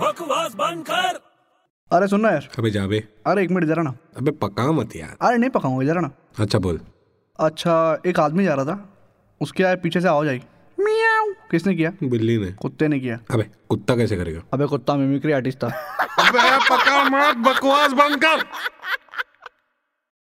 बकवास बंद कर अरे सुन ना यार अबे जा बे अरे एक मिनट जरा ना अबे पका मत यार अरे नहीं पकाऊंगा जरा ना अच्छा बोल अच्छा एक आदमी जा रहा था उसके आए पीछे से आवाज आई मियाऊ किसने किया बिल्ली ने कुत्ते ने किया अबे कुत्ता कैसे करेगा अबे कुत्ता मिमिक्री आर्टिस्ट था अबे पका मत बकवास बंद कर